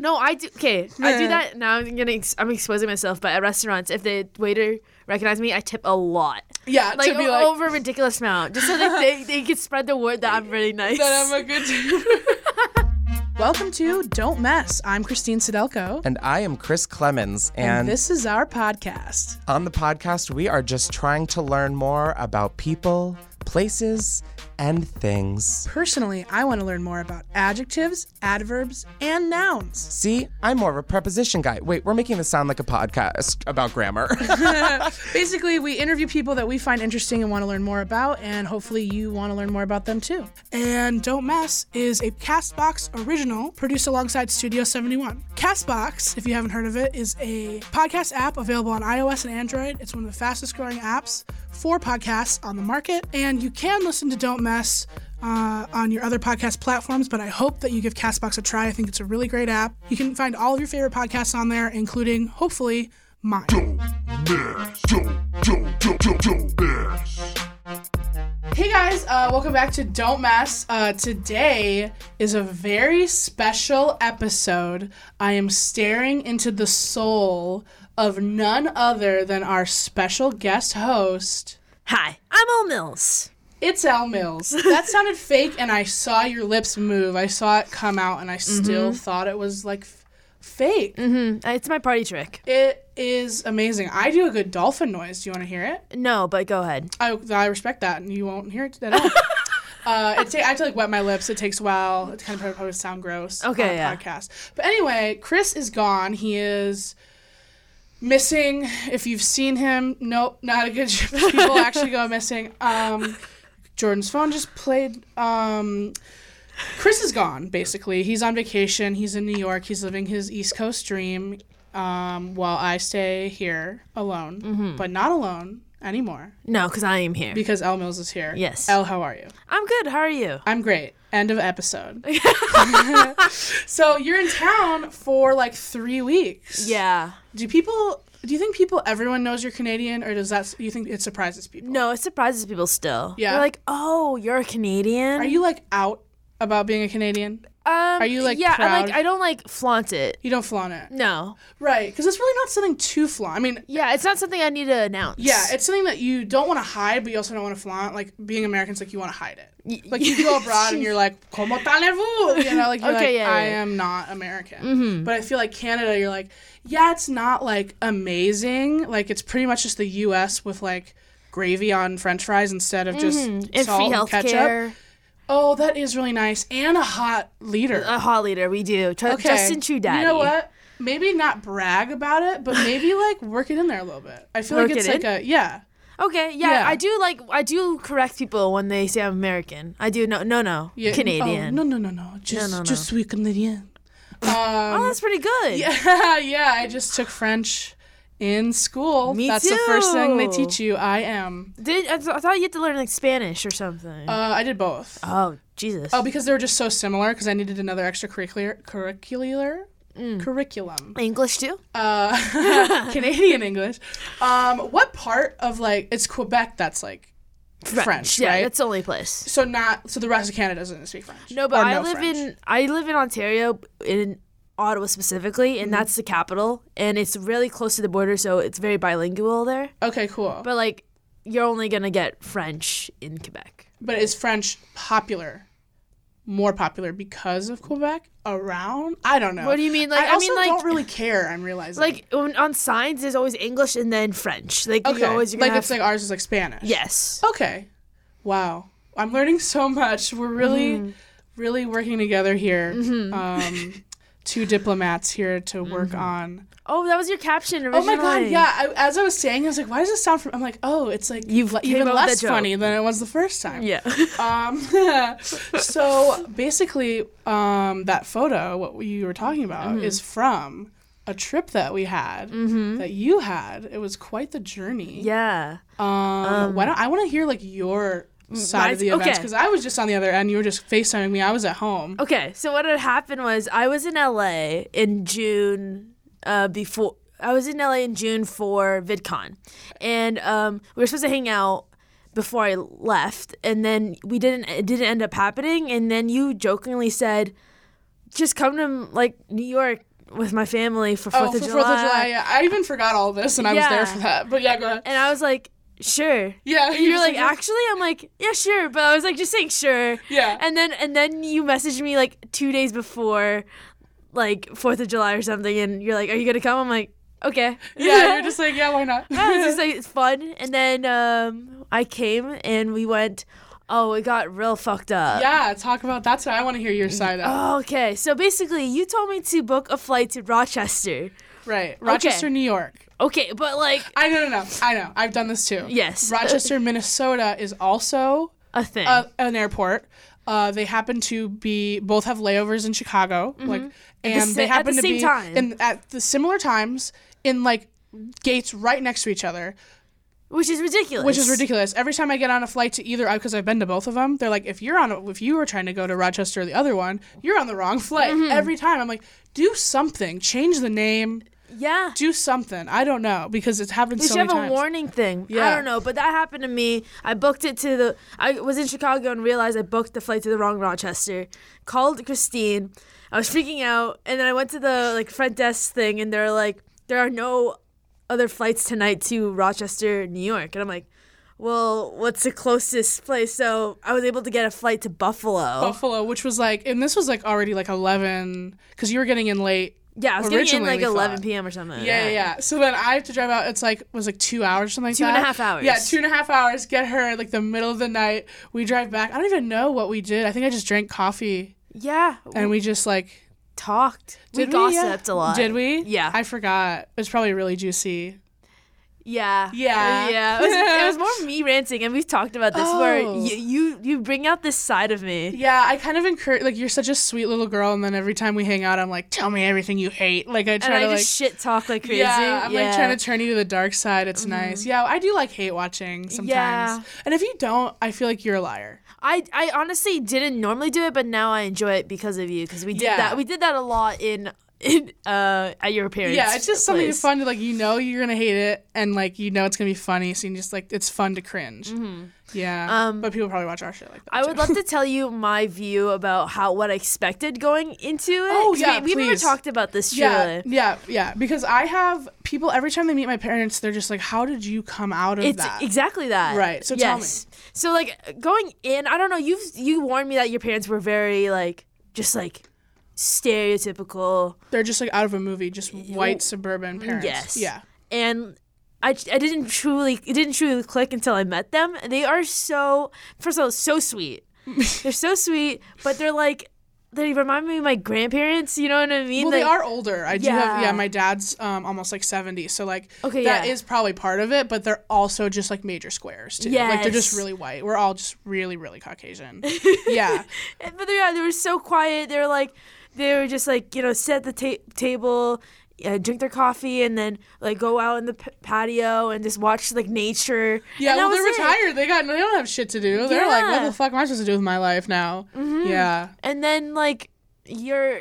No, I do. Okay, I do that now. I'm gonna. Ex- I'm exposing myself, but at restaurants, if the waiter recognizes me, I tip a lot, Yeah, like, to be o- like oh, over a ridiculous amount, just so that they, they can spread the word that I'm really nice. that I'm a good. Welcome to Don't Mess. I'm Christine Sidelko, And I am Chris Clemens. And, this is our podcast. on the podcast, we are just trying to learn more about people, places, and things. Personally, I want to learn more about adjectives, adverbs, and nouns. See, I'm more of a preposition guy. Wait, we're making this sound like a podcast about grammar. Basically, we interview people that we find interesting and want to learn more about, and hopefully, you want to learn more about them too. And Don't Mess is a Castbox original produced alongside Studio 71. Castbox, if you haven't heard of it, is a podcast app available on iOS and Android. It's one of the fastest growing apps for podcasts on the market, and you can listen to Don't Mess uh, on your other podcast platforms, but I hope that you give Castbox a try. I think it's a really great app. You can find all of your favorite podcasts on there, including, hopefully, mine. Hey guys, uh, welcome back to Don't Mess. Uh, today is a very special episode. I am staring into the soul of none other than our special guest host. Hi, I'm Ol Mills. It's Al Mills. That sounded fake, and I saw your lips move. I saw it come out, and I still thought it was like f- fake. Uh, It's my party trick. It is amazing. I do a good dolphin noise. Do you want to hear it? No, but go ahead. I, I respect that, and you won't hear it at all. uh, it ta- I have to like wet my lips. It takes a while. It kind of probably sound gross. on Okay, a yeah. Podcast, but anyway, Chris is gone. He is missing. If you've seen him, nope, not a good. People actually go missing. Um, Jordan's phone just played. Um, Chris is gone. Basically, he's on vacation. He's in New York. He's living his East Coast dream. Um, while I stay here alone, Mm-hmm. but not alone anymore No, because I am here. because Elle Mills is here. Yes. Elle, how are you? I'm good. How are you? I'm great. End of episode. so you're in town for like three weeks. Yeah. Do people? Do you think people? Everyone knows you're Canadian, or does that? You think it surprises people? No, it surprises people still. Yeah. They're like, oh, you're a Canadian. Are you like out about being a Canadian? Um, are you, like, Yeah. I proud? like. I don't like flaunt it. You don't flaunt it, No. right? Because it's really not something to flaunt. I mean, Yeah, it's not something I need to announce. yeah, it's something that you don't want to hide, but you also don't want to flaunt. Like being Americans, like you want to hide it. Like you go abroad and you're like, "Como talez-vous?" You know, like you're Okay, like, yeah, I yeah. Mm-hmm. am not American. But I feel like Canada, you're like, yeah, it's not like amazing. Like it's pretty much just the U.S. with like gravy on French fries instead of just Mm-hmm. and free salt and ketchup. healthcare. Oh, that is really nice, and a hot leader. A hot leader, we do. Tru- okay, Justin Trudeau. You know what? Maybe not brag about it, but maybe like work it in there a little bit. I feel Work like it's it like in? a yeah. Okay, yeah, Yeah. I do like I do correct people when they say I'm American. I do no no no Yeah, Canadian. Oh, no, no, no, no. Just, no, no. just we Canadian. Oh, that's pretty good. yeah, I just took French in school. Me That's the first thing they too. teach you. I am. Did, I, th- I thought you had to learn like Spanish or something. Uh, I did both. oh Jesus. Oh, because they were just so similar. Because I needed another extracurricular curricular Mm. curriculum. English too. Uh, Canadian English. Um, what part of like it's Quebec that's like French, Yeah, right? that's the only place. so not so the rest of Canada doesn't speak French. No, but Or I live French. in I live in Ontario in Ottawa specifically, and that's the capital, and it's really close to the border, so it's very bilingual there. Okay, cool. But, But like, you're only gonna get French in Quebec. but is French popular? More popular because of Quebec around? I don't know. What do you mean? Like, I, I also mean, like- don't really care. I'm realizing Like on, on signs, there's always English and then French. Like okay, you always you're gonna like have it's like ours is like Spanish. yes. Okay. Wow. I'm learning so much. We're really, really working together here. Um, two diplomats here to work on. Oh, that was your caption. Mm-hmm. Oh my god! Yeah. I, as I was saying, I was like, "Why does it sound?" From, I'm like, "Oh, it's like You've le- came even up with less that joke. funny than it was the first time." Yeah. Um, Mm-hmm. so basically, um, that photo, what you were talking about, is from a trip that we had that you had. It was quite the journey. Yeah. Um, why don't I want to hear like your side of the my- events okay. Oh, because I was just on the other end. You were just facetiming me. I was at home. Okay, so what had happened was I was in LA in June uh, before. I was in LA in June for VidCon, and um, we were supposed to hang out before I left, and then we didn't. It didn't end up happening, and then you jokingly said, "Just come to like New York with my family for Fourth Oh, for of Fourth of July. Yeah, I even forgot all this, and I was Yeah. there for that. But yeah, go ahead. And I was like, "Sure." Yeah, And you're just like, actually, I'm like, yeah, sure, but I was like, just saying sure. Yeah. And then and then you messaged me like two days before, like Fourth of July or something, and you're like, are you gonna come? I'm like, okay. yeah, you're just like, yeah, why not? Yeah, it's just like it's fun. And then um, I came and we went. Oh, it got real fucked up. yeah, talk about that's what I want to hear your side of. Okay, so basically, you told me to book a flight to Rochester. Right, Rochester, New York. Okay, but like I no no no. I know. I've done this too. Yes. Rochester, Minnesota is also a thing. uh, an airport. Uh, they happen to be both have layovers in Chicago, like, and sa- they Mm-hmm. at happen the to same be time. in at the similar times in like gates right next to each other, which is ridiculous. which is ridiculous. Every time I get on a flight to either, because I've been to both of them, they're like, if you're on, a, if you were trying to go to Rochester or the other one, you're on the wrong flight Mm-hmm. every time. I'm like, do something, change the name, Yeah. do something. I don't know because it's happened They so should many have a times. warning thing. I Yeah. don't know, but that happened to me. I booked it to the. I was in Chicago and realized I booked the flight to the wrong Rochester. Called Christine. I was freaking out, and then I went to the like front desk thing, and they're like, "There are no other flights tonight to Rochester, New York," and I'm like. Well, what's the closest place? So I was able to get a flight to Buffalo. Buffalo, which was like, and this was like already like 11, because you were getting in late. yeah, I was getting in originally like we 11 thought. p.m. or something. Yeah, yeah, yeah. So then I have to drive out. It's like was like two hours, something like Two that. and a half hours. Yeah, two and a half hours. Get her like the middle of the night. We drive back. I don't even know what we did. I think I just drank coffee Yeah, we and we just like talked. We Did yeah? gossiped a lot. Did we? Yeah. I forgot. It was probably really juicy. Yeah. Yeah. Yeah. It was, it was more me ranting, and we've talked about this where Oh. you, you you bring out this side of me. Yeah, I kind of encourage like you're such a sweet little girl, and then every time we hang out, I'm like, tell me everything you hate. Like I And try I to just like. shit talk like crazy. Yeah, I'm like trying to turn you to the dark side. It's nice. Yeah, I do like hate watching sometimes. Mm-hmm. Yeah. And if you don't, I feel like you're a liar. I, I honestly didn't normally do it, but now I enjoy it because of you. Because we did Yeah. that. We did that a lot in in uh at your parents. Yeah, it's just something place. fun to like. You know, you're gonna hate it, and like you know it's gonna be funny. So you just like it's fun to cringe. Yeah, but people probably watch our shit like that. Mm-hmm. Um, I too. would love to tell you my view about how what I expected going into it. Oh, 'Cause yeah, we, we never please. talked about this Yeah, really. yeah, yeah. Because I have people every time they meet my parents, they're just like, "How did you come out of It's that?" exactly that. Right, so tell me. yes. tell me. So like going in, I don't know. You have you warned me that your parents were very like just like stereotypical. they're just like out of a movie, just white suburban parents. mm, Yes. Yeah. And I, I didn't truly it didn't truly click until I met them. They are so first of all so sweet. they're so sweet, but they're like they remind me of my grandparents. You know what I mean? Well, they Like- are older. I do have Yeah. yeah. My dad's um, almost like seventy, so like Okay, that yeah. is probably part of it. But they're also just like major squares too. Like they're just Yes. really white. We're all just really really Caucasian. yeah. But they- yeah, they were so quiet. They were like, they were just like, you know, sit at the ta- table, uh, drink their coffee, and then like go out in the p- patio and just watch like nature. Yeah, and that well, they're was it. retired. They got they don't have shit to do. They're like, what Yeah. Mm-hmm. the fuck am I supposed to do with my life now? Yeah, And then like you're.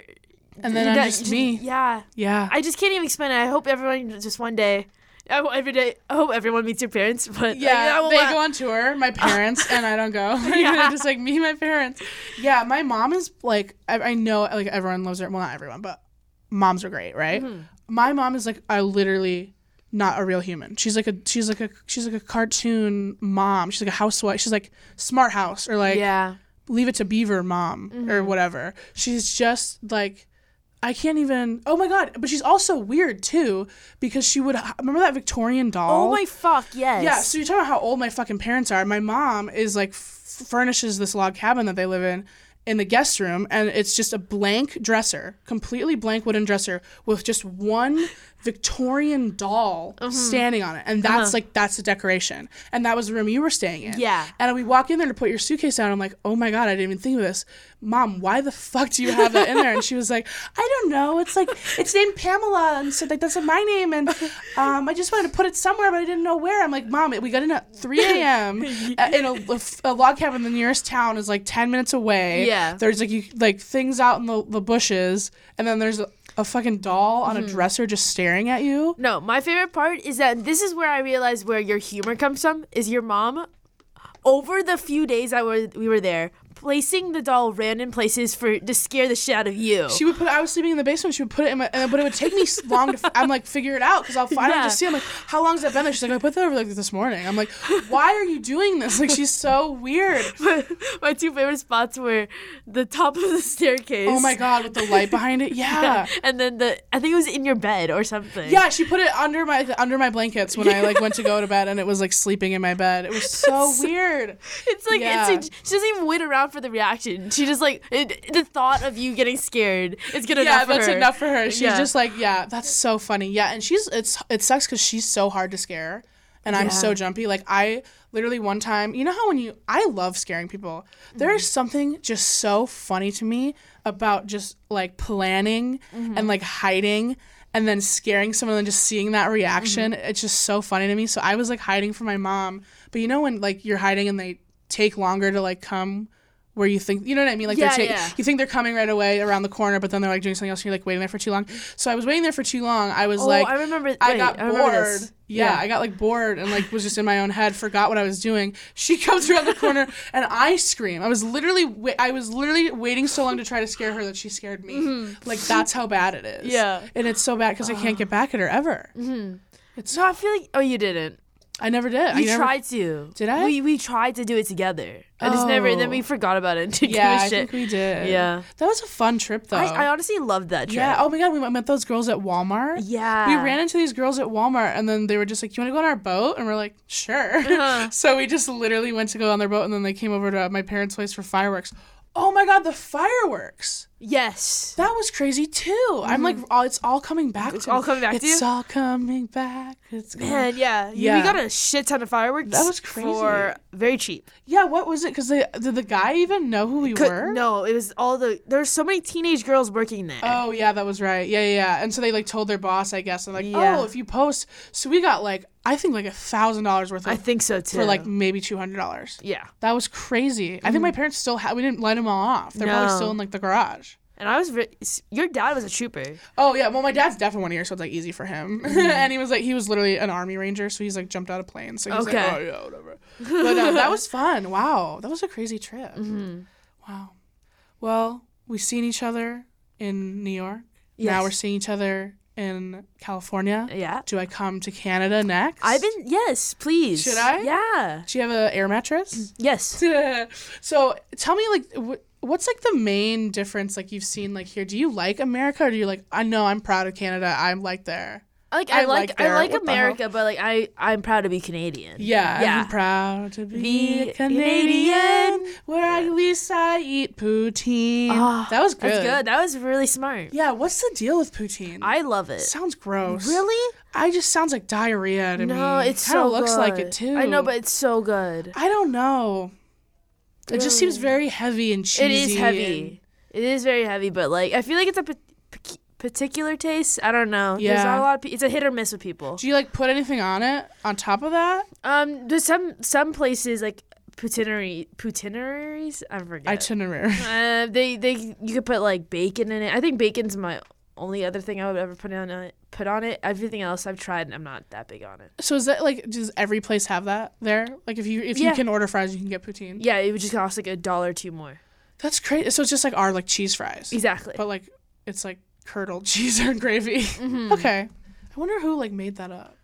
and then that- I'm just me. Yeah, Yeah, I just can't even explain it. I hope everyone just one day. I hope every day. I hope everyone meets your parents. But like, yeah. I will they laugh. go on tour. My parents and I don't go. Yeah. just like me, and my parents. Yeah, my mom is like I, I know like everyone loves her. Well, not everyone, but moms are great, right? My mom is like I literally not a real human. She's like a she's like a she's like a cartoon mom. She's like a housewife. She's like smart house or like yeah, leave it to beaver mom or whatever she's just like i can't even oh my god but she's also weird too because she would remember that victorian doll Oh my fuck, yes. yeah so you're talking about how old my fucking parents are my mom is like f- furnishes this log cabin that they live in in the guest room and it's just a blank dresser completely blank wooden dresser with just one victorian doll Mm-hmm. standing on it and that's like that's the decoration and that was the room you were staying in Uh-huh. Yeah. and we walk in there to put your suitcase down. I'm like, oh my God, I didn't even think of this. Mom, why the fuck do you have that in there? And she was like, I don't know. It's like, it's named Pamela. And so, like, that's not my name. And um, I just wanted to put it somewhere, but I didn't know where. I'm like, Mom, we got in at 3 a.m. uh, in a, a log cabin. The nearest town is like 10 minutes away. Yeah. There's like, you, like things out in the, the bushes. And then there's a, a fucking doll on Mm-hmm. a dresser just staring at you. No, my favorite part is that this is where I realized where your humor comes from is your mom over the few days I were we were there placing the doll random places for to scare the shit out of you. She would put. I was sleeping in the basement. She would put it in my. And, but it would take me s- long to. f- I'm like figure it out because I'll find. Yeah. I just see. I'm like, how long's that been there? She's like, I put that over like this morning. I'm like, why are you doing this? Like she's so weird. my two favorite spots were the top of the staircase. Oh my god, with the light behind it. Yeah. And then the I think it was in your bed or something. Yeah, she put it under my like, under my blankets when I like went to go to bed, and it was like sleeping in my bed. It was so weird. It's like Yeah. it's she doesn't even wait around for the reaction. She just like it, the thought of you getting scared is good yeah, enough. for that's her. enough for her. She's Yeah. just like, yeah, that's so funny. Yeah, and she's it's it sucks because she's so hard to scare, and I'm so jumpy. Like I literally one time, you know how when you I love scaring people. There Mm-hmm. is something just so funny to me about just like planning Mm-hmm. and like hiding. And then scaring someone and just seeing that reaction, Mm-hmm. it's just so funny to me. So I was like hiding from my mom, but you know when like you're hiding and they take longer to like come where you think you know what I mean? Like Yeah, they're taking yeah. you think they're coming right away around the corner, but then they're like doing something else, and you're like waiting there for too long. So I was waiting there for too long. I was Oh, like, I remember- I wait, got I remember bored. this. Yeah, Yeah. I got like bored and like was just in my own head, forgot what I was doing. She comes around the corner and I scream. I was literally, wa- I was literally waiting so long to try to scare her that she scared me. Like that's how bad it is. Mm-hmm. Yeah. Mm-hmm. and it's so bad because I can't get back at her ever. No, I feel like oh you didn't. I never did. I You never, tried to. Did I? We we tried to do it together. I just never. And then Oh. we forgot about it. And didn't Yeah, give a I shit. think we did. Yeah. that was a fun trip though. I, I honestly loved that trip. Yeah. Oh my god, we met those girls at Walmart. Yeah. We ran into these girls at Walmart, and then they were just like, "You want to go on our boat?" And we're like, "Sure." Uh-huh. so we just literally went to go on their boat, and then they came over to my parents' place for fireworks. Oh my god, the fireworks! Yes. That was crazy too. I'm like, all, it's all coming back. It's to Mm-hmm. all me. coming back to It's you? all coming back. It's coming- Man, yeah. You- We Yeah. got a shit ton of fireworks. That was crazy. For very cheap. yeah. What was it? Because did the guy even know who we Could- were? No, it was all the. There's so many teenage girls working there. Oh yeah, that was right. Yeah, yeah. yeah. And so they like told their boss, I guess, and like, Yeah. oh, if you post, so we got like, I think like a thousand dollars worth. of I think so too. for like maybe two hundred dollars. Yeah. Mm. That was crazy. I think my parents still had. We didn't let them all off. They're No. probably still in like the garage. And I was. Re- s- your dad was a trooper. Oh yeah. Well, my dad's deaf in one ear, so it's like easy for him. Mm-hmm. and he was like, he was literally an army ranger, so he's like jumped out of planes. So he's Okay. like, oh yeah, whatever. But uh, that was fun. Wow, that was a crazy trip. Mm-hmm. Wow. Well, we seen each other in New York. Yes. Now we're seeing each other in California. Yeah. Do I come to Canada next? I've been. Yes, please. Should I? Yeah. Do you have an air mattress? Yes. so tell me like wh- what's like the main difference like you've seen like here do you like america or do you like i know i'm proud of canada i'm like there Like I, I like, like I their- like what the hell? America, but like I I'm proud to be Canadian. yeah, Yeah. i'm proud to be, Be a canadian, where at least i eat poutine that was good Ah, That's good. That was really smart. yeah what's the deal with poutine I love it. sounds gross Really? i just sounds like diarrhea to me No, it's Kinda so looks good. like it too I know, but it's so good. i don't know it just seems very heavy and cheesy It is and- heavy. It is very heavy, but like I feel like it's a pat- pat- particular taste. I don't know. There's Yeah. not a lot of pe- it's a hit or miss with people. Do you like put anything on it on top of that? Um, there's some some places like putinary putinaries. I forget. Itinerary. Uh, they they you could put like bacon in it. I think bacon's my only other thing I would ever put on it. Put on it. Everything else I've tried, and I'm not that big on it. So is that like does every place have that there? Like if you if Yeah. you can order fries, you can get poutine. Yeah, it would just cost like a dollar or two more. That's crazy. So it's just like our like cheese fries, Exactly. but like it's like curdled cheese and gravy. Mm-hmm. Okay. I wonder who like made that up.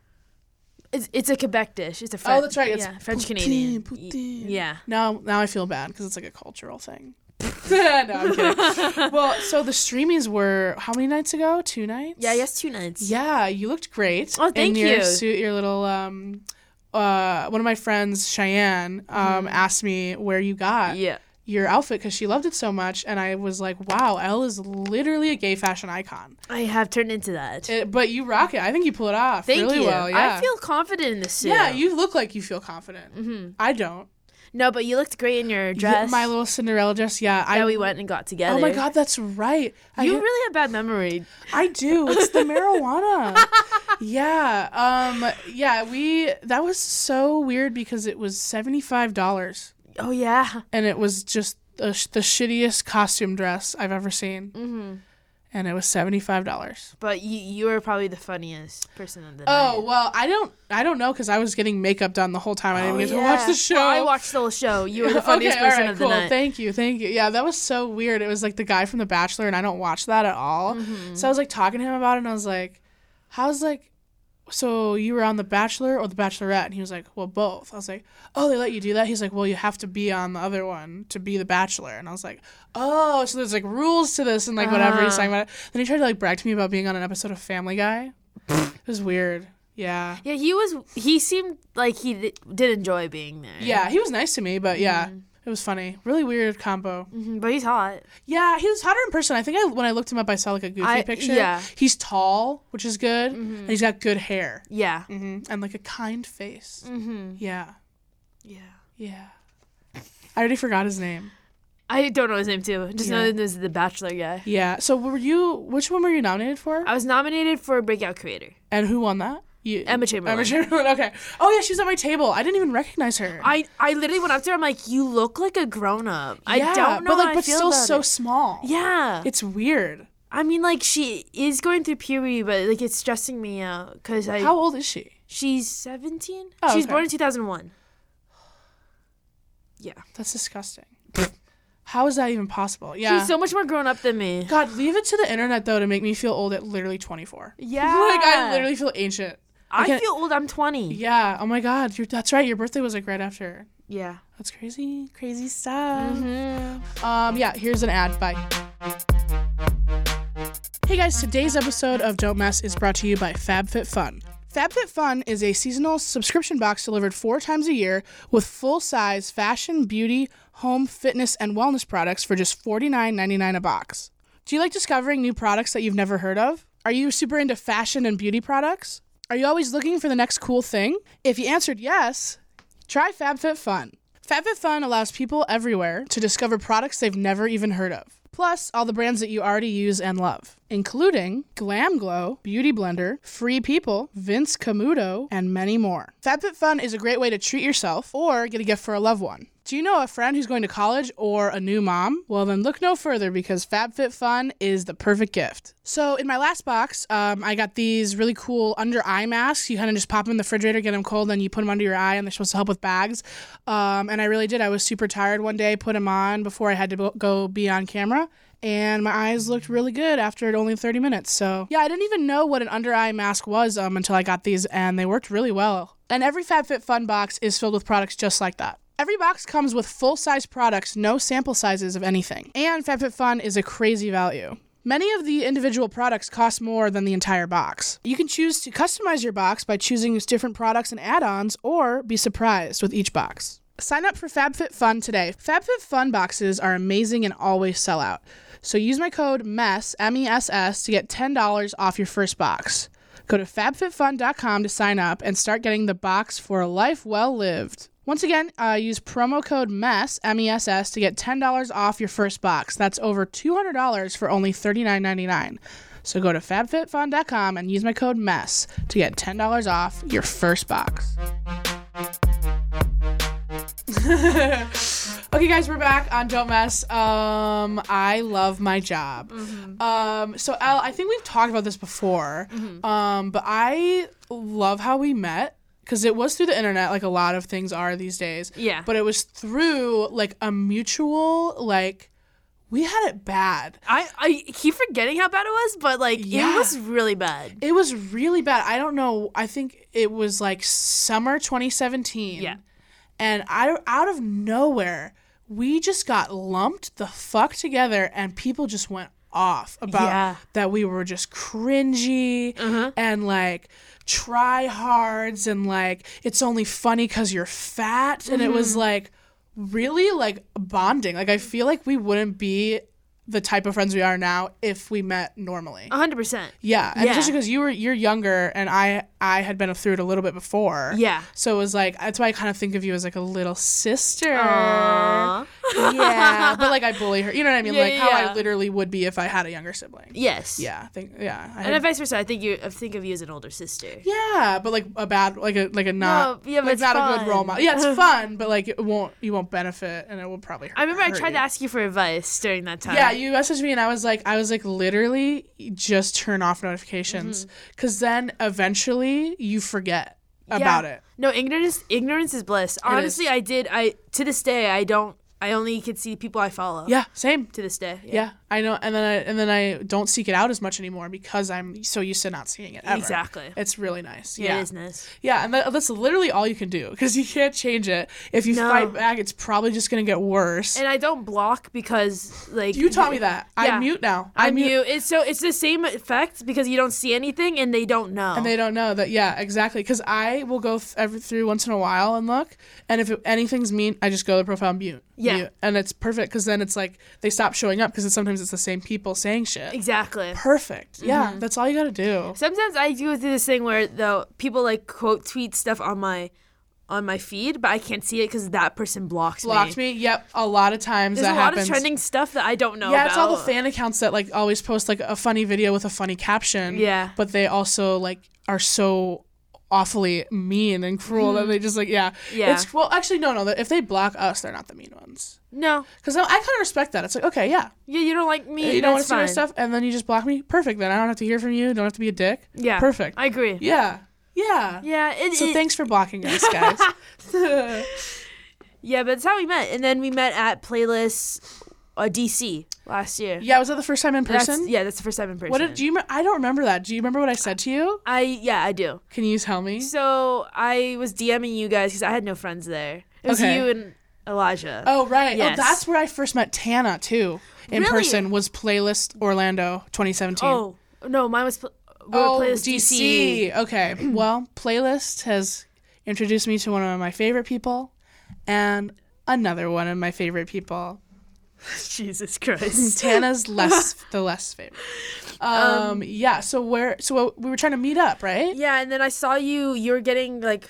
It's, it's a Quebec dish. It's a French. oh, that's right. It's yeah, French Canadian. poutine, Y- poutine. Yeah. Now now I feel bad because it's like a cultural thing. no, I'm kidding. well, so the streamies were how many nights ago? Two nights. Yeah, I guess two nights. Yeah, you looked great. Oh, thank in your you. Suit, your little um, uh, one of my friends, Cheyenne, um, asked me where you got Mm-hmm. Yeah. your outfit because she loved it so much, and I was like, wow, Elle is literally a gay fashion icon. I have turned into that. It, but you rock it. I think you pull it off Thank really you. well. Yeah. I feel confident in this suit. Yeah, you look like you feel confident. I don't. No, but you looked great in your Yeah, Mm-hmm. dress. my little Cinderella dress. Yeah, that I. we went and got together. oh my God, that's right. I, You really have bad memory. I do. It's the marijuana. Yeah. Um. Yeah. We. That was so weird because it was seventy five dollars, Oh yeah. and it was just the, sh- the shittiest costume dress I've ever seen. Mm-hmm. And it was seventy five dollars. But you you were probably the funniest person of the night. Oh well, I don't. I don't know because I was getting makeup done the whole time. I didn't get to watch Oh, Yeah. the show. Well, I watched the whole show. You were the funniest all person right, of the cool. night. Thank you, thank you. Yeah, that was so weird. It was like the guy from The Bachelor, and I don't watch that at all. Mm-hmm. So I was like talking to him about it, and I was like, "How's like, so you were on The Bachelor or The Bachelorette?" And he was like, "Well, both." I was like, "Oh, they let you do that?" He's like, "Well, you have to be on the other one to be The Bachelor." And I was like, "Oh, so there's like rules to this and like whatever." Uh-huh. He's talking about it. Then he tried to like brag to me about being on an episode of Family Guy. it was weird. Yeah. yeah, he was. He seemed like he d- did enjoy being there. Yeah, he was nice to me, but yeah. Mm-hmm. It was funny. Really weird combo. Mhm, but he's hot. Yeah, he was hotter in person. I think I when I looked him up, I saw like a goofy I- picture. yeah. Mm-hmm. he's tall, which is good, and he's got good hair Yeah. hmm and like a kind face. Mm-hmm. Yeah, Yeah. yeah. I already forgot his name. I don't know his name too. Just Yeah. know that this is the Bachelor guy. Yeah. So were you? Which one were you nominated for? I was nominated for Breakout Creator. and who won that? You, Emma Chamberlain. Emma Chamberlain. Okay. Oh yeah, she was at my table. I didn't even recognize her. I, I literally went up to her. I'm like, you look like a grown up. Yeah, I don't know but like, how I but feel still about so it. small. Yeah. it's weird. I mean, like she is going through puberty, but like it's stressing me out because I How old is she? she's 17. Oh, she was okay. born in 2001. Yeah. That's disgusting. How is that even possible? Yeah. She's so much more grown up than me. God, leave it to the internet though to make me feel old at literally 24. Yeah. Like I literally feel ancient. I, can't- feel old. I'm 20. Yeah. Yeah. Oh my God. Your, that's right. Your birthday was like right after. That's crazy. Crazy stuff. Um. Yeah. Here's an ad. Bye. Hey guys. Today's episode of Don't Mess is brought to you by FabFitFun. FabFitFun is a seasonal subscription box delivered four times a year with full size fashion, beauty, home, fitness, and wellness products for just $49.99 a box. Do you like discovering new products that you've never heard of? Are you super into fashion and beauty products? Are you always looking for the next cool thing? If you answered yes, try FabFitFun. FabFitFun allows people everywhere to discover products they've never even heard of. Plus, all the brands that you already use and love, including Glam Glow, Beauty Blender, Free People, Vince Camuto, and many more. FabFitFun is a great way to treat yourself or get a gift for a loved one. Do you know a friend who's going to college or a new mom? Well, then look no further because FabFitFun is the perfect gift. So, in my last box, um, I got these really cool under eye masks. You kind of just pop them in the refrigerator, get them cold, then you put them under your eye, and they're supposed to help with bags. Um, and I really did. I was super tired one day, put them on before I had to bo- go be on camera, and my eyes looked really good after only 30 minutes. So, yeah, I didn't even know what an under eye mask was um, until I got these, and they worked really well. And every FabFitFun box is filled with products just like that. Every box comes with full size products, no sample sizes of anything. And FabFitFun is a crazy value. Many of the individual products cost more than the entire box. You can choose to customize your box by choosing different products and add ons, or be surprised with each box. Sign up for FabFitFun today. FabFitFun boxes are amazing and always sell out. So use my code MESS, M E S S, to get $10 off your first box. Go to fabfitfun.com to sign up and start getting the box for a life well lived. Once again, uh, use promo code MESS, M E S S, to get $10 off your first box. That's over $200 for only $39.99. So go to fabfitfun.com and use my code MESS to get $10 off your first box. Okay, guys, we're back on Don't Mess. Um, I love my job. Um, so Al, I think we've talked about this before. Um, but I love how we met because it was through the internet, like a lot of things are these days. Yeah. But it was through like a mutual like we had it bad. I, I keep forgetting how bad it was, but like Yeah. it was really bad. It was really bad. I don't know. I think it was like summer 2017. Yeah. And I, out of nowhere, we just got lumped the fuck together and people just went off about Yeah. Uh-huh. that we were just cringy and like tryhards and like it's only funny because you're Mm-hmm. fat. And it was like really like bonding. Like I feel like we wouldn't be the type of friends we are now if we met normally. hundred percent. Yeah, and Yeah. especially because you were you're younger, and I I had been through it a little bit before. Yeah. so it was like that's why I kind of think of you as like a little sister. Aw. Yeah, but like I bully her. You know what I mean? Yeah, like yeah, how yeah. I literally would be if I had a younger sibling. Yes. Yeah, I think yeah. I And had- vice versa, I think you I think of you as an older sister. yeah, but like a bad, like a like a not, No, yeah, but like it's not a good role fun. model. Yeah, it's fun, but like it won't, you won't benefit, and it will probably. Hurt, I remember I hurt tried you. to ask you for advice during that time. Yeah, you messaged me and I was like, I was like, literally, just turn off Mm-hmm. notifications, because then eventually you forget about it. No, ignorance ignorance is bliss. Honestly, I did I to this day I don't I only could see people I follow. Yeah, same. To this day. Yeah, I know, and then I and then I don't seek it out as much anymore because I'm so used to not seeing it. Ever. Exactly. It's really nice. Yeah, Yeah. It is nice. Yeah, and that, that's literally all you can do because you can't change it. If you No. fight back, it's probably just gonna get worse. And I don't block because like you taught me that. I Yeah. mute now. I mute. It's so it's the same effect because you don't see anything and they don't know. And they don't know that. Yeah, exactly. Because I will go th- every, through once in a while and look, and if it, anything's mean, I just go to the profile and mute. Yeah. mute. and it's perfect because then it's like they stop showing up because sometimes it's the same people saying shit. exactly. Perfect. mm-hmm. Yeah, that's all you gotta do. Sometimes I do do this thing where though people like quote tweet stuff on my on my feed, but I can't see it because that person blocks Blocked me. Yep, a lot of times There's that a lot happens. of trending stuff that I don't know. yeah, it's all the about. fan accounts that like always post like a funny video with a funny caption. Yeah. but they also like are so awfully mean and cruel that they just like yeah Mm-hmm. Yeah. It's, well, actually, no, no. If they block us, they're not the mean ones. No, Because I, I kind of respect that. It's like, okay, yeah, yeah, you don't like me. you don't that's want to see my fine. stuff, and then you just block me. Perfect. Then I don't have to hear from you. Don't have to be a dick. Yeah, Perfect. I agree. Yeah, yeah. Yeah. it, So it- thanks for blocking us, guys. yeah, but that's how we met, and then we met at Playlist uh, DC last year. yeah, was that the first time in That's- person? yeah, that's the first time in person. What did do you? rem- I don't remember that. Do you remember what I said to you? I yeah, I do. Can you tell me? So I was DMing you guys because I had no friends there. It was Okay. you and Elijah. Oh right. Yes. Oh, that's where I first met Tana too. In Really? person was Playlist Orlando 2017. Oh no, mine was. Pl- we were Oh, Playlist DC. Okay. well, Playlist has introduced me to one of my favorite people and another one of my favorite people. Jesus Christ. Tana's less the less favorite. Um, yeah, so where so we were trying to meet up, right? Yeah, and then I saw you. You were getting like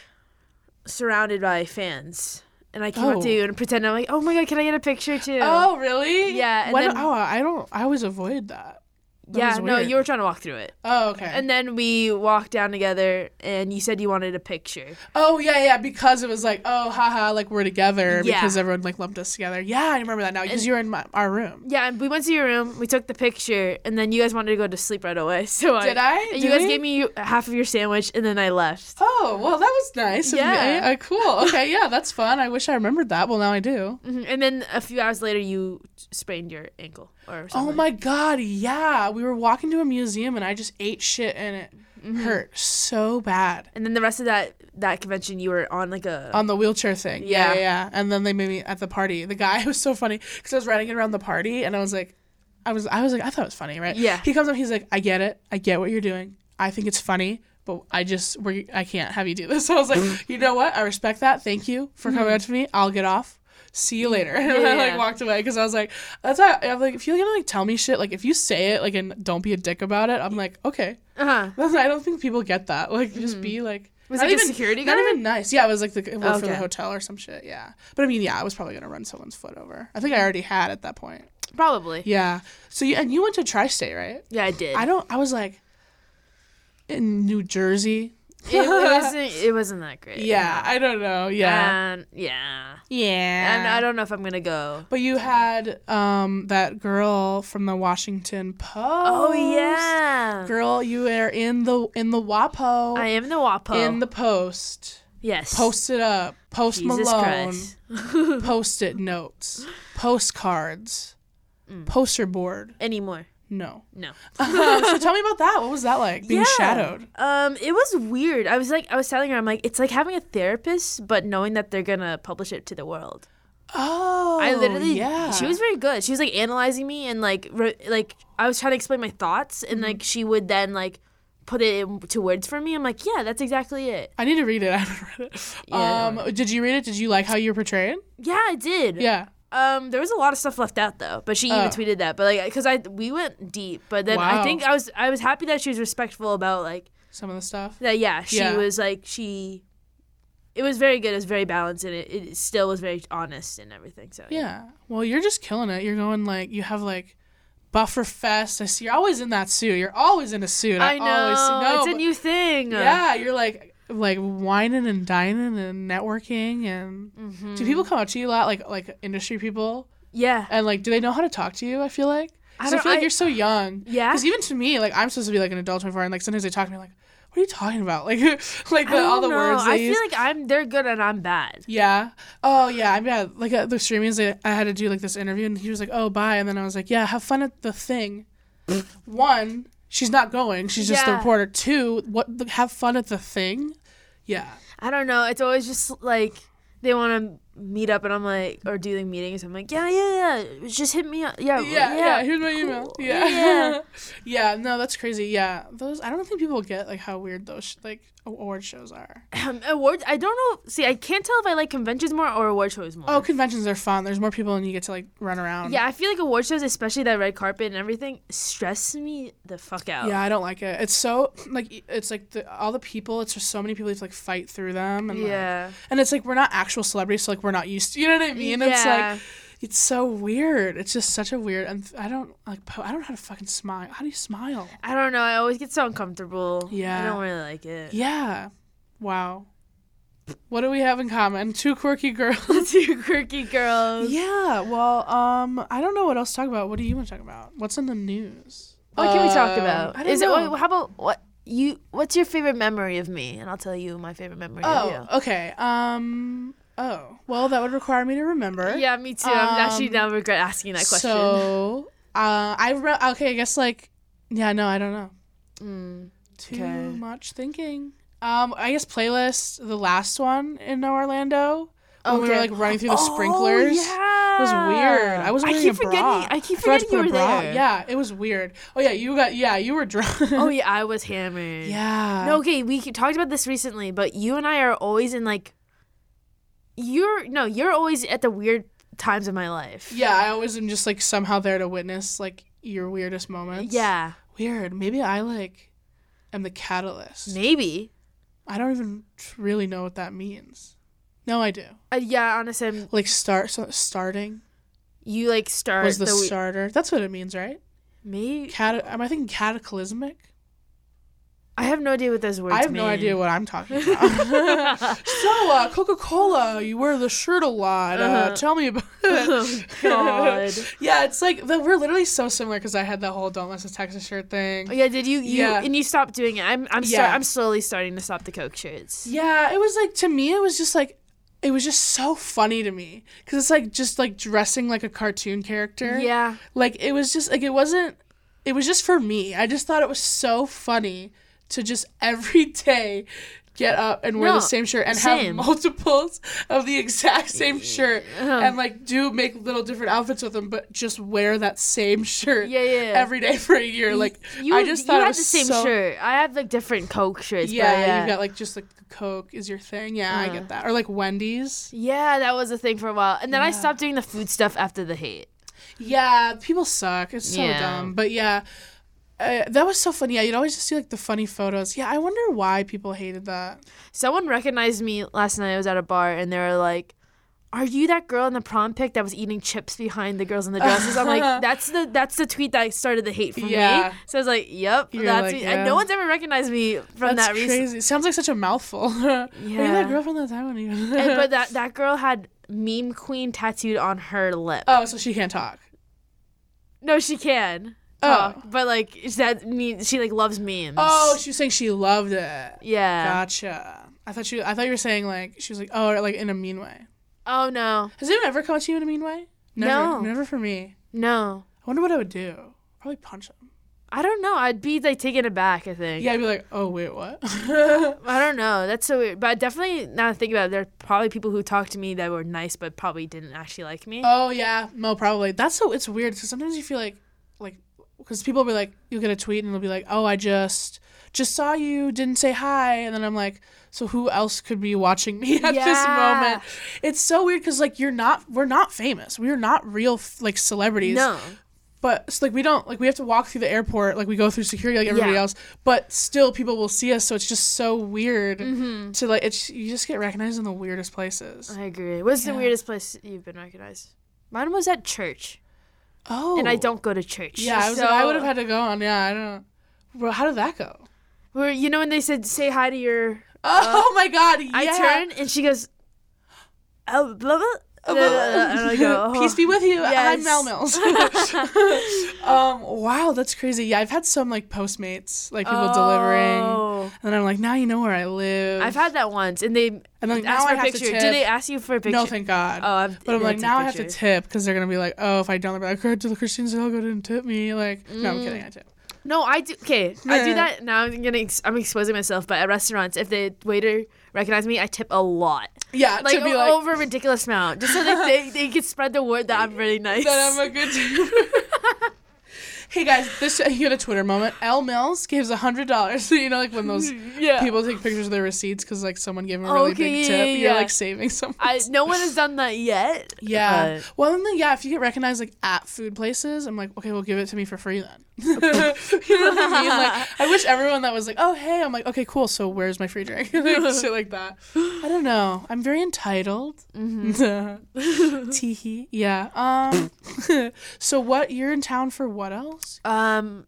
surrounded by fans, and I came up Oh. to you and pretended I'm like, "Oh my god, can I get a picture too?" Oh, really? Yeah, and When, then- oh, I don't I always avoid that. that yeah. was No, weird. you were trying to walk through it, Oh, okay. and then we walked down together, and you said you wanted a picture. oh, yeah, yeah, because it was like, oh, haha, like we're together Yeah. because everyone like lumped us together. Yeah, I remember that now because you were in my, our room. Yeah, and we went to your room, we took the picture, and then you guys wanted to go to sleep right away. So Did I? and Did you guys we? gave me half of your sandwich, and then I left. Oh, well, that was nice. of Yeah. me. Uh, cool. Okay, yeah, that's fun. I wish I remembered that. Well, now I do. Mhm, And then a few hours later, you sprained your ankle or Oh something. my god, yeah. We were walking to a museum and I just ate shit and it hurt so bad. and then the rest of that that convention, you were on like a on the wheelchair thing. Yeah. yeah, yeah. And then they made me at the party. The guy was so funny because I was riding it around the party, and I was like, I was, I was like, I thought it was funny, right? Yeah. He comes up, he's like, I get it, I get what you're doing. I think it's funny, but I just, we, I can't have you do this. So I was like, you know what? I respect that. Thank you for coming up to me. I'll get off. See you later. And I like Mm-hmm. Yeah. walked away because I was like, that's why I'm like, if you're gonna like tell me shit, like if you say it, like and don't be a dick about it, I'm like, okay. uh-huh. Mm-hmm. That's- I don't think people get that. Like, just be like. Was not it like a even- security Not guard? even nice. Yeah, it was like the it worked for the Okay. hotel or some shit. Yeah, but I mean, yeah, I was probably gonna run someone's foot over. I think I already had at that point. Probably. Yeah. So you and you went to tri-state, right? Yeah, I did. I don't. I was like, in New Jersey. it, it wasn't. It wasn't that great. Yeah, I don't know. Yeah. And yeah. yeah. Uh, And I don't know if I'm gonna go. But you had um that girl from the Washington Post. Oh yeah. Girl, you are in the in the WAPO. I am the WAPO. in the Post. yes. Post it up. Post Jesus Malone. Christ. Post it notes. Postcards. Poster board. Anymore. No. No. Um, so tell me about that. What was that like? Being shadowed. Um, it was weird. I was like, I was telling her, I'm like, it's like having a therapist, but knowing that they're gonna publish it to the world. Oh. I literally, Yeah. she was very good. She was like analyzing me and like, re- like I was trying to explain my thoughts, and like Mm-hmm. she would then like put it into words for me. I'm like, yeah, that's exactly it. I need to read it. I haven't read it. Yeah. Um, did you read it? Did you like how you were portrayed? Yeah, I did. Yeah. Um, there was a lot of stuff left out though, but she even Oh. tweeted that. But like, cause I we went deep, but then Wow. I think I was I was happy that she was respectful about like Some of the stuff. that. Yeah, she Yeah. was like she. It was very good. It was very balanced, and it, it still was very honest and everything. So Yeah. Well, you're just killing it. You're going like you have like buffer fest. I see you're always in that suit. You're always in a suit. I Always see, know no, it's a but- new thing. Yeah, you're like like whining and dining and networking and Mm-hmm. do people come up to you a lot like like industry people yeah. and like do they know how to talk to you? I feel like 'Cause I, don't- feel like I- you're so young. Yeah? Because even to me, like I'm supposed to be like an adult 24, and like sometimes they talk to me like, what are you talking about? Like like the, I all don't know. the words they I use. feel like I'm they're good and I'm bad. Yeah. Oh, yeah. I mean, yeah, like at the streamings, I, I had to do like this interview, and he was like, "Oh, bye," and then I was like, "Yeah, have fun at the thing." One, she's not going; she's just the Yeah. reporter. Two, what? The, have fun at the thing. Yeah. I don't know. It's always just like they want to meet up, and I'm like, or do like meetings. I'm like, yeah, yeah, yeah. Just hit me up. Yeah, Yeah. yeah. Yeah. Here's my email. cool. Yeah. Yeah. Yeah, No, that's crazy. Yeah. Those. I don't think people get like how weird those sh- like award shows are. Um, awards. I don't know. See, I can't tell if I like conventions more or award shows more. Oh, conventions are fun. There's more people, and you get to like run around. Yeah, I feel like award shows, especially that red carpet and everything, stress me the fuck out. Yeah, I don't like it. It's so like it's like the, all the people. It's just so many people. You have to like fight through them. And, like, Yeah. and it's like we're not actual celebrities, so like we're not used to. You know what I mean? It's Yeah. like it's so weird. It's just such a weird. And I don't like. po- I don't know how to fucking smile. How do you smile? I don't know. I always get so uncomfortable. Yeah. I don't really like it. Yeah. Wow. What do we have in common? Two quirky girls. Two quirky girls. yeah. Well, um, I don't know what else to talk about. What do you want to talk about? What's in the news? What can we talk Um, about? I don't Is know. it? wait, How about what you? What's your favorite memory of me? And I'll tell you my favorite memory Oh, of okay. Um. Oh, well, that would require me to remember. you. Yeah, me too. um, I'm actually now regret asking that question. So, uh, I re- okay. I guess like, yeah. No, I don't know. Too Mm, okay. much thinking. Um, I guess playlist the last one in Orlando when we were Oh, Okay. like running through the sprinklers. It was weird. Ah. I was Oh, I wearing keep a bra. forgetting- I keep forgot to forgetting put you a were bra. there. Yeah, it was weird. Oh yeah, you got yeah, you were drunk. oh yeah, I was hammered. yeah. No, okay, we talked about this recently, but you and I are always in like. You're no, you're always at the weird times of my life. Yeah, I always am just like somehow there to witness like your weirdest moments. Yeah, Weird. Maybe I like am the catalyst. maybe. I don't even really know what that means. No, I do. Uh, yeah, honestly, I'm, Like start so starting you like start was the, we- starter. That's what it means, right? Maybe Cata- am I thinking cataclysmic? I have no idea what those words. I have no mean. idea what I'm talking about. so, uh, Coca Cola, you wear the shirt a lot. Uh, Tell me about it. Uh-huh. Oh, God. yeah, it's like the, we're literally so similar because I had that whole "Don't Listen to Texas" shirt thing. Oh, Yeah, did you? you Yeah. And you stopped doing it. I'm I'm yeah. Yeah. I'm slowly starting to stop the Coke shirts. Yeah, it was like to me, it was just like it was just so funny to me because it's like just like dressing like a cartoon character. Yeah. like it was just like it wasn't. It was just for me. I just thought it was so funny to just every day get up and wear No, the same shirt and have same. multiples of the exact same shirt uh-huh. and like do make little different outfits with them, but just wear that same shirt Yeah, yeah, yeah. every day for a year. Like You, I just thought you it had was the same so shirt. I have like different Coke shirts. but yeah, yeah. Uh-huh. you got like just like the Coke is your thing. Yeah, I get that. Or like Wendy's. yeah, that was a thing for a while, and then I stopped doing the food stuff after the hate. Yeah, people suck. It's so Yeah. dumb. But yeah, uh, that was so funny. Yeah, you'd always just see like the funny photos. Yeah, I wonder why people hated that. Someone recognized me last night. I was at a bar, and they were like, "Are you that girl in the prom pic that was eating chips behind the girls in the dresses?" I'm like, "That's the that's the tweet that started the hate for Yeah. me." So I was like, "Yep, You're that's like, me." yeah. And no one's ever recognized me from That's that reason. crazy. Sounds like such a mouthful. yeah. Are you that Yeah. girl from that Taiwan? even? And- but that that girl had meme queen tattooed on her lip. oh, so she can't talk. No, she can talk, but like is that mean she like loves memes. Oh, she was saying she loved it. yeah. Gotcha. I thought you. I thought you were saying like she was like oh or, like in a mean way. Oh no, Has anyone ever come up to you in a mean way? Never, No. Never for me. no. I wonder what I would do. Probably punch them. I don't know. I'd be like taken aback. I think. Yeah, I'd be like, oh wait, what? I don't know. That's so weird. But definitely, now that I think about it, there are probably people who talked to me that were nice, but probably didn't actually like me. oh yeah, no, probably. That's so it's weird because sometimes you feel like, like, because people will be like, you'll get a tweet and they'll be like, oh, I just just saw you, didn't say hi. And then I'm like, so who else could be watching me at this Yeah. moment? It's so weird because like you're not, we're not famous. We're not real f- like celebrities. No. But it's like we don't like we have to walk through the airport like we go through security like everybody Yeah. else. But still, people will see us. So it's just so weird Mm-hmm. to like it's you just get recognized in the weirdest places. I agree. What's the weirdest place you've been recognized? Mine was at church, oh, and I don't go to church. Yeah, I was like, I would have had to go on. Yeah, I don't. Well, how did that go? Where you know when they said say hi to your, Oh my god! Yeah. Uh, I turn and she goes, oh blah blah. blah, blah, blah," And I go, oh. Peace be with you. I'm Yes. Mel Mills. um, wow, that's crazy. Yeah, I've had some like Postmates, like people delivering, Oh. and then I'm like, now you know where I live. I've had that once, and they And then now asked I for a have to picture. tip. Did they ask you for a picture? no, thank God. Oh, I've- but I'm yeah, like take now I have to pictures. tip because they're gonna be like, oh, if I don't, they're like, oh, the Christians are all gonna tip me. Like, no, Mm. I'm kidding. I tip. No, I do. Okay, I do that now. I'm gonna. Ex- I'm exposing myself, but at restaurants, if the waiter recognizes me, I tip a lot, Yeah, like, to be o- like, over a ridiculous amount, just so that they they can spread the word that I'm really nice. that I'm a good. hey guys, this you had a Twitter moment. L Mills gives a hundred dollars. You know, like when those Yeah. people take pictures of their receipts because like someone gave them a Oh, really okay, big yeah, yeah, tip. You're yeah. like saving someone. I, no one has done that yet. yeah. well, then, like, yeah. If you get recognized like at food places, I'm like, okay, well, give it to me for free then. you know what I mean? Like, I wish everyone that was like, oh hey, I'm like, okay, cool. So where's my free drink? Like, Shit like that. I don't know. I'm very entitled. Mm-hmm. Teehee. Yeah. Um. so what? You're in town for what else? But, um,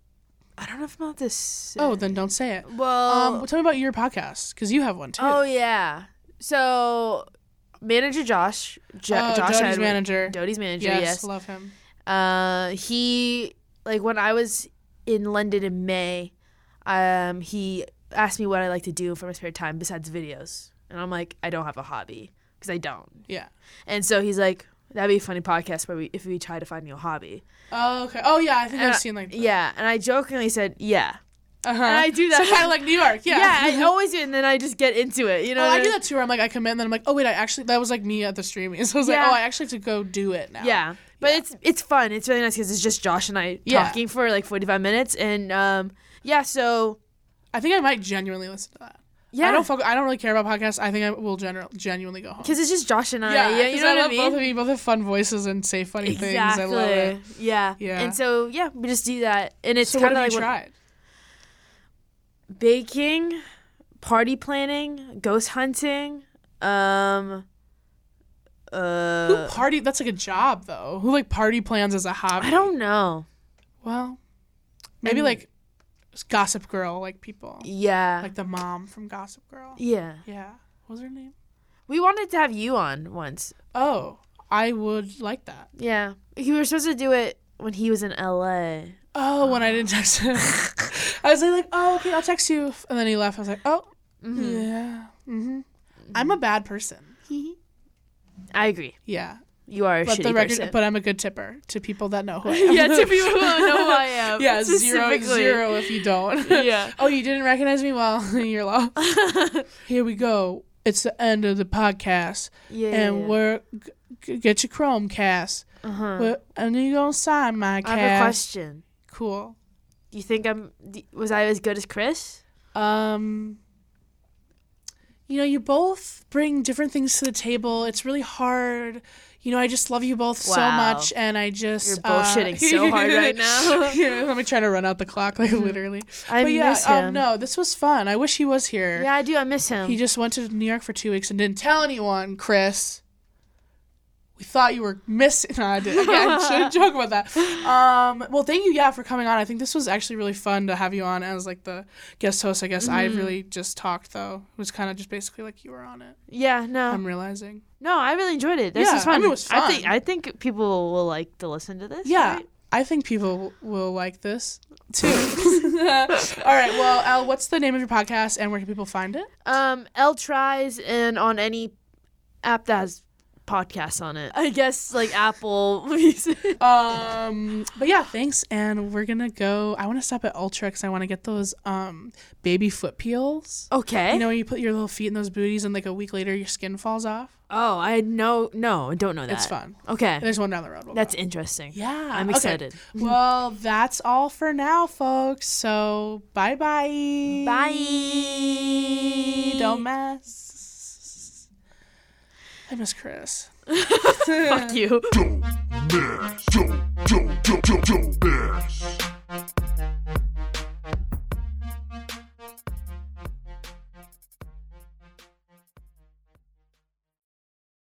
I don't know if I'm allowed to. Say. Oh, then don't say it. well. Um, tell me about your podcast because you have one too. oh yeah. So, manager Josh, jo- Oh, Josh Doty's Edward- manager. Doty's manager. yes, yes. love him. Uh, he like when I was in London in May, um, he asked me what I like to do for my spare time besides videos, and I'm like, I don't have a hobby because I don't. Yeah. And so he's like, that'd be a funny podcast where we if we try to find you a hobby. Oh, okay. Oh, yeah. I think And I've I- seen like that. yeah, and I jokingly said, yeah, Uh-huh. and I do that. So kind of like New York. Yeah. yeah, I always do, and then I just get into it. You know, Oh, what I I do mean? that too. Where I'm like, I commit, and then I'm like, oh wait, I actually that was like me at the streaming. So I was Yeah. like, oh, I actually have to go do it now. Yeah. But it's it's fun. It's really nice because it's just Josh and I Yeah. talking for like 45 minutes, and um, yeah. So I think I might genuinely listen to that. yeah, I don't. Focus, I don't really care about podcasts. I think I will gener- genuinely go home. Because it's just Josh and I. yeah, uh, Yeah, you 'cause know I what I love mean? both of you. Both have fun voices and say funny things. I love it. Yeah. Yeah. And so yeah, we just do that, and it's So what kind have of like you what- tried? baking, party planning, ghost hunting. Um. Uh. Who party? That's like a job though. Who like party plans as a hobby? I don't know. Well, maybe like Gossip Girl, like people, Yeah. like the mom from Gossip Girl. yeah. Yeah, what was her name? We wanted to have you on once. Oh, I would like that. Yeah. We were supposed to do it when he was in L.A. Oh, when I didn't text him, I was like, oh, okay, I'll text you, and then he left. I was like, oh, Mm-hmm. yeah, hmm I'm a bad person. I agree. Yeah, You are a but shitty the record, person. but I'm a good tipper to people that know who I am. yeah, to people who don't know who I am. Yeah, zero, specifically. zero if you don't. Yeah. oh, you didn't recognize me? Well, you're lost. Here we go. It's the end of the podcast. Yeah. And we're, g- g- get your Chromecast. Uh-huh. We're, and you going to sign my I have a cast. question. Cool. You think I'm? d- Was I as good as Chris? Um, you know, you both bring different things to the table. It's really hard. You know, I just love you both so Wow. much, and I just You're uh, bullshitting so hard right now. Mm-hmm. yeah, I'm trying to run out the clock, like literally. I but yeah, miss um, him. no, this was fun. I wish he was here. Yeah, I do. I miss him. He just went to New York for two weeks and didn't tell anyone, Chris. We thought you were missing. No, I did. Again, I shouldn't joke about that. Um, well, thank you, yeah, for coming on. I think this was actually really fun to have you on as like the guest host. I guess I really just talked though. It was kind of just basically like you were on it. yeah, no, I'm realizing. no, I really enjoyed it. This Yeah, is fun. I mean, it was I think fun. I think people will like to listen to this. Yeah, right? I think people will like this too. All right. Well, Al, what's the name of your podcast and where can people find it? Um, L tries and on any app that has podcasts on it. Oh, I guess like Apple Music. Um, but yeah, thanks. And we're gonna go. I want to stop at Ultra because I want to get those um baby foot peels. Okay. You know, when you put your little feet in those booties, and like a week later, your skin falls off. Oh, I know. No, I don't know that. It's fun. Okay. There's one down the road. We'll That's go. interesting. Yeah. I'm okay. excited. Well, that's all for now, folks. So bye bye. Bye. Don't mess. I miss Chris. Fuck you. don't mess. Don't, don't, don't, don't, don't, don't